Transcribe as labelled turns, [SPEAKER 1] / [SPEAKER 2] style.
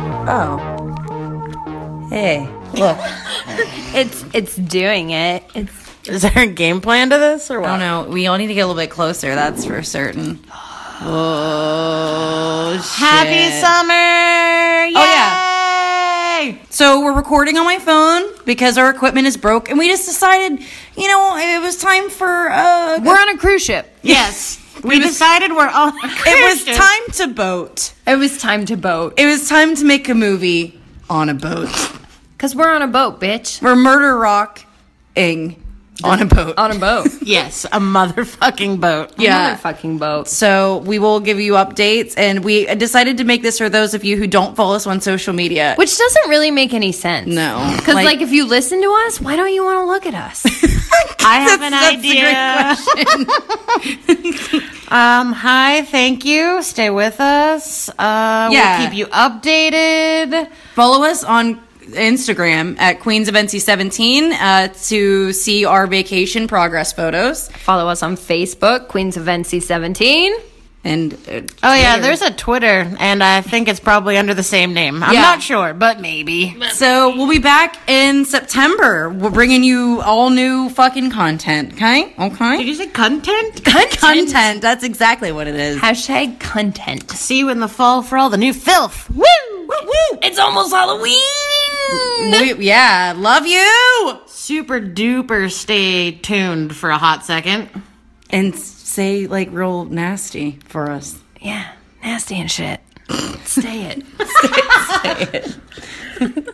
[SPEAKER 1] Oh. Hey, look. it's it's doing it. It's
[SPEAKER 2] Is there a game plan to this or what?
[SPEAKER 3] I don't know. We all need to get a little bit closer. That's for certain. Oh, shit.
[SPEAKER 2] Happy summer! Yay!
[SPEAKER 3] Oh, So we're recording on my phone because our equipment is broke, and we just decided, you know, it was time for uh,
[SPEAKER 1] we're on a cruise ship.
[SPEAKER 2] Yes, we decided we're all.
[SPEAKER 3] it was time to boat.
[SPEAKER 1] It was time to boat.
[SPEAKER 3] It was time to make a movie on a boat.
[SPEAKER 1] Cause we're on a boat, bitch.
[SPEAKER 3] We're murder rock ing on a boat.
[SPEAKER 1] On a boat.
[SPEAKER 2] Yes, a motherfucking boat.
[SPEAKER 3] yeah.
[SPEAKER 1] Motherfucking boat.
[SPEAKER 3] So we will give you updates, and we decided to make this for those of you who don't follow us on social media.
[SPEAKER 1] Which doesn't really make any sense.
[SPEAKER 3] No.
[SPEAKER 1] Because
[SPEAKER 3] Like-
[SPEAKER 1] like, if you listen to us, why don't you want to look at us?
[SPEAKER 2] I have an
[SPEAKER 3] That's- that's a great
[SPEAKER 2] idea. um, hi, thank you. Stay with us. Uh,
[SPEAKER 3] Yeah.
[SPEAKER 2] We'll keep you updated.
[SPEAKER 3] Follow us on Instagram at Queens of NC17 uh, to see our vacation progress photos.
[SPEAKER 1] Follow us on Facebook, Queens of NC17.
[SPEAKER 3] And uh,
[SPEAKER 2] Oh yeah, there's a Twitter, and I think it's probably under the same name. I'm
[SPEAKER 3] Yeah.
[SPEAKER 2] not sure, but maybe.
[SPEAKER 3] so we'll be back in September. We're bringing you all new fucking content. Okay, okay.
[SPEAKER 2] you say content?
[SPEAKER 3] Content. That's exactly what it is.
[SPEAKER 1] Hashtag content.
[SPEAKER 2] See you in the fall for all the new filth. Woo! Woo! Woo!
[SPEAKER 1] It's almost Halloween.
[SPEAKER 3] We- yeah, love you.
[SPEAKER 2] Super duper. Stay tuned for a hot second.
[SPEAKER 3] And s- say like real nasty for us.
[SPEAKER 1] Yeah, nasty and shit. Stay it.